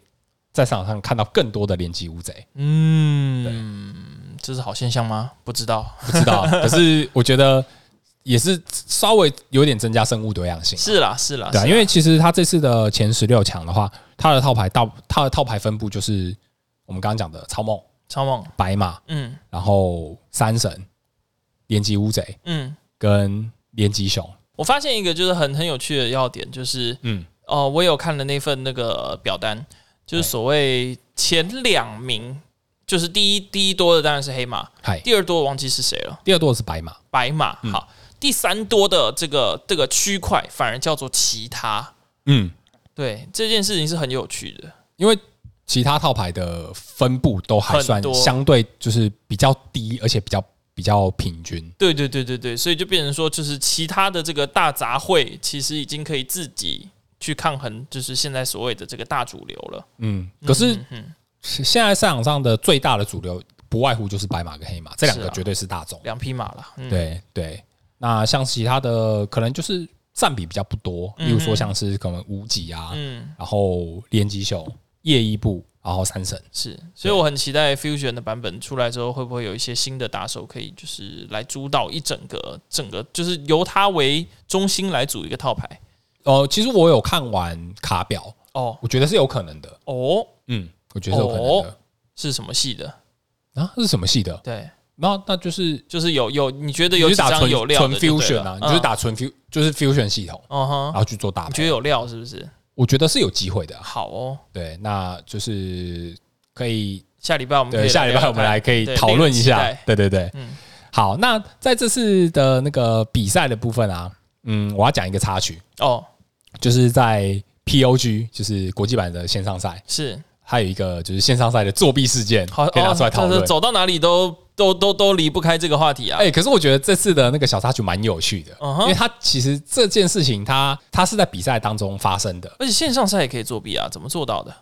在场上看到更多的连击乌贼，嗯，这是好现象吗？不知道，不知 道啊。可是我觉得也是稍微有点增加生物多样性，是啦是啦，对啊，是因为其实他这次的前十六强的话，他的套牌到他的套牌分布就是我们刚刚讲的超梦、超梦，白马，嗯然后三神、连击乌贼嗯，跟连击熊，我发现一个就是很很有趣的要点，就是嗯，哦、我有看了那份那个表单，就是所谓前两名，就是第一第一多的当然是黑马，嗨，第二多我忘记是谁了，第二多的是白马，白马。嗯好，第三多的这个这个区块反而叫做其他。嗯，对，这件事情是很有趣的。因为其他套牌的分布都还算很多相对就是比较低，而且比较比较平均，对对对对对，所以就变成说，就是其他的这个大杂烩，其实已经可以自己去抗衡，就是现在所谓的这个大主流了。嗯，可是嗯嗯，现在赛场上的最大的主流不外乎就是白马跟黑马，这两是个啊绝对是大众。两匹马了。嗯，对对，那像其他的可能就是占比比较不多，例如说像是可能无极啊，嗯，然后连击秀、夜一步，然后三神。是，啊所以我很期待 Fusion 的版本出来之后，会不会有一些新的打手可以就是来主导一整个整个，就是由它为中心来组一个套牌。呃，其实我有看完卡表，哦我觉得是有可能的。哦，嗯，我觉得是有可能的。是什么系的？啊，这是什么系的？对，那那就是就是有有，你觉得你有就几打张纯有料纯的就对 fusion 了啊，你就是，打纯 fu 就是 fusion 系统，嗯嗯然哼，后去做搭你觉得配。有料是不是？我觉得是有机会的啊。好哦，对，那就是可以下礼拜我们可对，以下礼拜我们来可以讨论一下。对对对，嗯好，那在这次的那个比赛的部分啊，嗯，我要讲一个插曲，哦，就是在 POG，就是国际版的线上赛，是还有一个就是线上赛的作弊事件，好可以拿出来讨哦论这。走到哪里都都都都离不开这个话题啊。哎、可是我觉得这次的那个小插曲蛮有趣的嗯哼因为它其实这件事情它，它是在比赛当中发生的。而且线上赛也可以作弊啊，怎么做到的？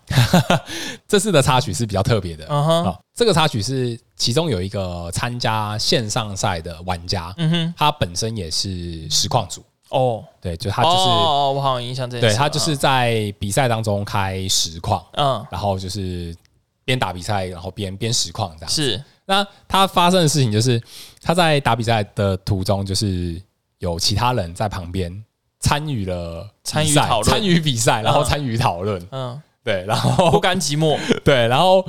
这次的插曲是比较特别的啊、嗯哼，哦这个插曲是其中有一个参加线上赛的玩家，嗯哼，他本身也是实况组，哦，对，就他哦就是、哦，嗯我好像有印象这件对事他了就是啊在比赛当中开实况，嗯，然后就是边打比赛，然后边边实况这样。是那他发生的事情就是他在打比赛的途中，就是有其他人在旁边参与了比赛参与讨论参与比赛，然后嗯参与讨论，嗯，对，然不后甘寂 寞，对，然后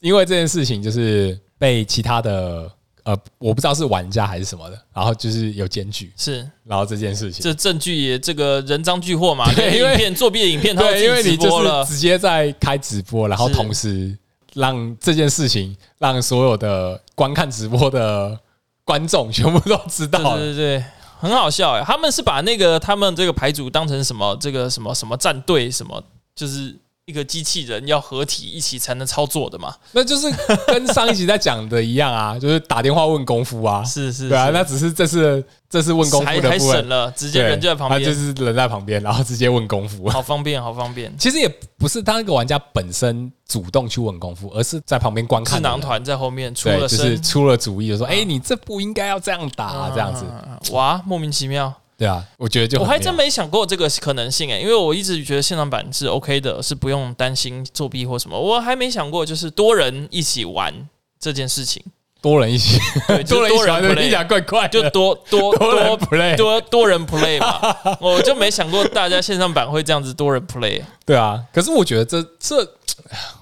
因为这件事情就是被其他的。呃，我不知道是玩家还是什么的，然后就是有检举，是然后这件事情，这证据也这个人赃俱获嘛？对连因为影片作弊的影片，他都对，因为自己你直播就了是，直接在开直播，然后是同时让这件事情让所有的观看直播的观众全部都知道了。对对对，很好笑哎、他们是把那个他们这个牌组当成什么这个什么什么战队什么，就是一个机器人要合体一起才能操作的嘛？那就是跟上一集在讲的一样啊， 就是打电话问功夫啊，是是对啊，那只是这次这次问功还夫还的部省分，了，直接对，人就在旁他就边，是人在旁边，然后直接问功夫。好方便，好方便。其实也不是他那个玩家本身主动去问功夫，而是在旁边观智看的囊人。团在后面出对，了就声，是出了主意，就说：“哎、啊你这不应该要这样打、啊，这样子。啊，哇，莫名其妙，”对啊，我觉得就我很还妙真没想过这个可能性哎、因为我一直觉得现场版是 OK 的，是不用担心作弊或什么。我还没想过就是多人一起玩这件事情，多人一起，对，就是人一多起人玩， p 对 l 听起来怪怪的，就多多 多人多 play，多多人 play 嘛，我就没想过大家线上版会这样子多人 play。对啊。可是我觉得这这，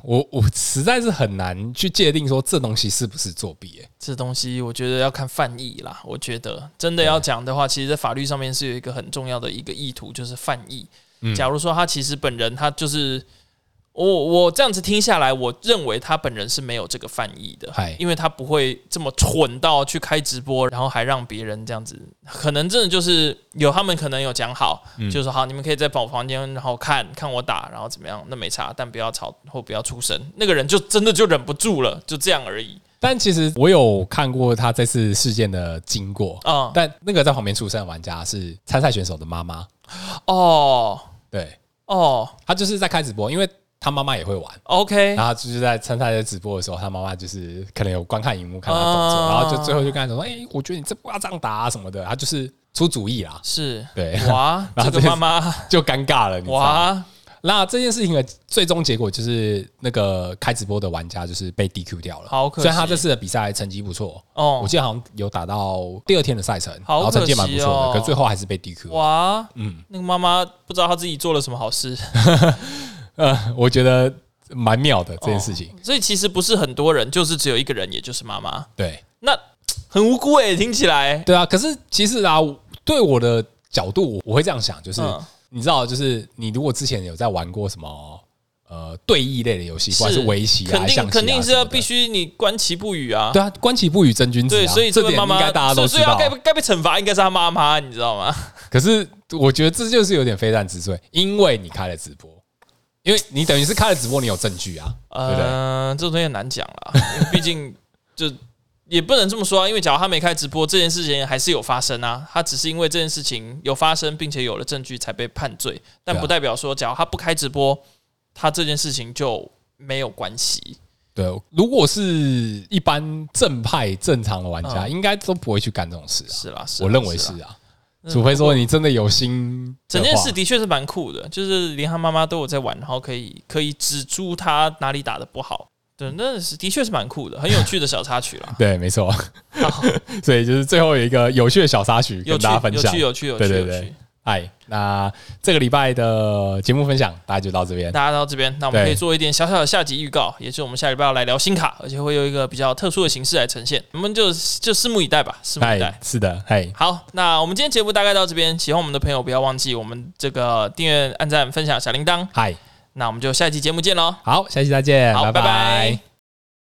我我实在是很难去界定说这东西是不是作弊、欸。这东西我觉得要看犯意啦。我觉得真的要讲的话，其实，在法律上面是有一个很重要的一个意图，就是犯意。嗯假如说他其实本人他就是我我这样子听下来，我认为他本人是没有这个犯意的嗨，因为他不会这么蠢到去开直播，然后还让别人这样子。可能真的就是有他们可能有讲好，嗯就是说好，你们可以在我房间，然后看看我打，然后怎么样，那没差，但不要吵或不要出声。那个人就真的就忍不住了，就这样而已但其实我有看过他这次事件的经过，啊。但那个在旁边出声的玩家是参赛选手的妈妈，哦对哦，他就是在开直播，因为。他妈妈也会玩。 OK，然后就是在参赛在直播的时候，他妈妈就是可能有观看荧幕看他的动作，啊然后就最后就跟他讲说：“哎、我觉得你这不要这样打啊什么的。”他就是出主意啦，是对， 哇，这然后个这妈妈就尴尬了，你知道吗？哇，那这件事情的最终结果就是那个开直播的玩家就是被 DQ 掉了，好可惜虽然他这次的比赛成绩不错，我哦，记得好像有打到第二天的赛程，好然后成绩也蛮可不惜错的，哦可最后还是被 DQ 了。哇，嗯，那个妈妈不知道她自己做了什么好事，呃， 我觉得蛮妙的这件事情，所以其实不是很多人，就是只有一个人，也就是妈妈，对那很无辜诶、听起来，对啊。可是其实啊，我对我的角度，我我会这样想，就是、嗯你知道，就是你如果之前有在玩过什么呃对弈类的游戏，不管是围棋啊、肯象定棋啊肯定是要什么的必须你观其不语啊。对啊，观棋不语真君子、啊，对，所以这这个点妈应妈该大家都知所以所道以要。该该被惩罚应该是她妈妈，你知道吗？可是我觉得这就是有点非战之罪，因为你开了直播，因为你等于是开了直播，你有证据啊，对不对？呃，这种东西很难讲啦，因为毕竟就也不能这么说啊，因为假如他没开直播，这件事情还是有发生啊。他只是因为这件事情有发生，并且有了证据才被判罪，但对啊不代表说，假如他不开直播，他这件事情就没有关系。对，如果是一般正派正常的玩家，嗯应该都不会去干这种事啊。是啦，是啦我认为是是啦。啊，嗯除非说你真的有心的整话，。件事的确是蛮酷的，就是连他妈妈都有在玩，然后可以可以指出他哪里打的不好。对，那是的确是蛮酷的，很有趣的小插曲啦对，没错。 所以就是最后有一个有趣的小插曲有 跟趣大家，分有享趣，。有趣，有趣，对对有对趣。哎，那这个礼拜的节目分享大家就到这边。大家到这边，那我们对可以做一点小小的下集预告，也是我们下礼拜要来聊新卡，而且会有一个比较特殊的形式来呈现。我们就就拭目以待吧，拭目以哎待，。是的，哎，好，那我们今天节目大概到这边，喜欢我们的朋友不要忘记我们这个订阅、按赞、分享、小铃铛。嗨，那我们就下一期节目见喽，好，下期再见，哎好，拜拜拜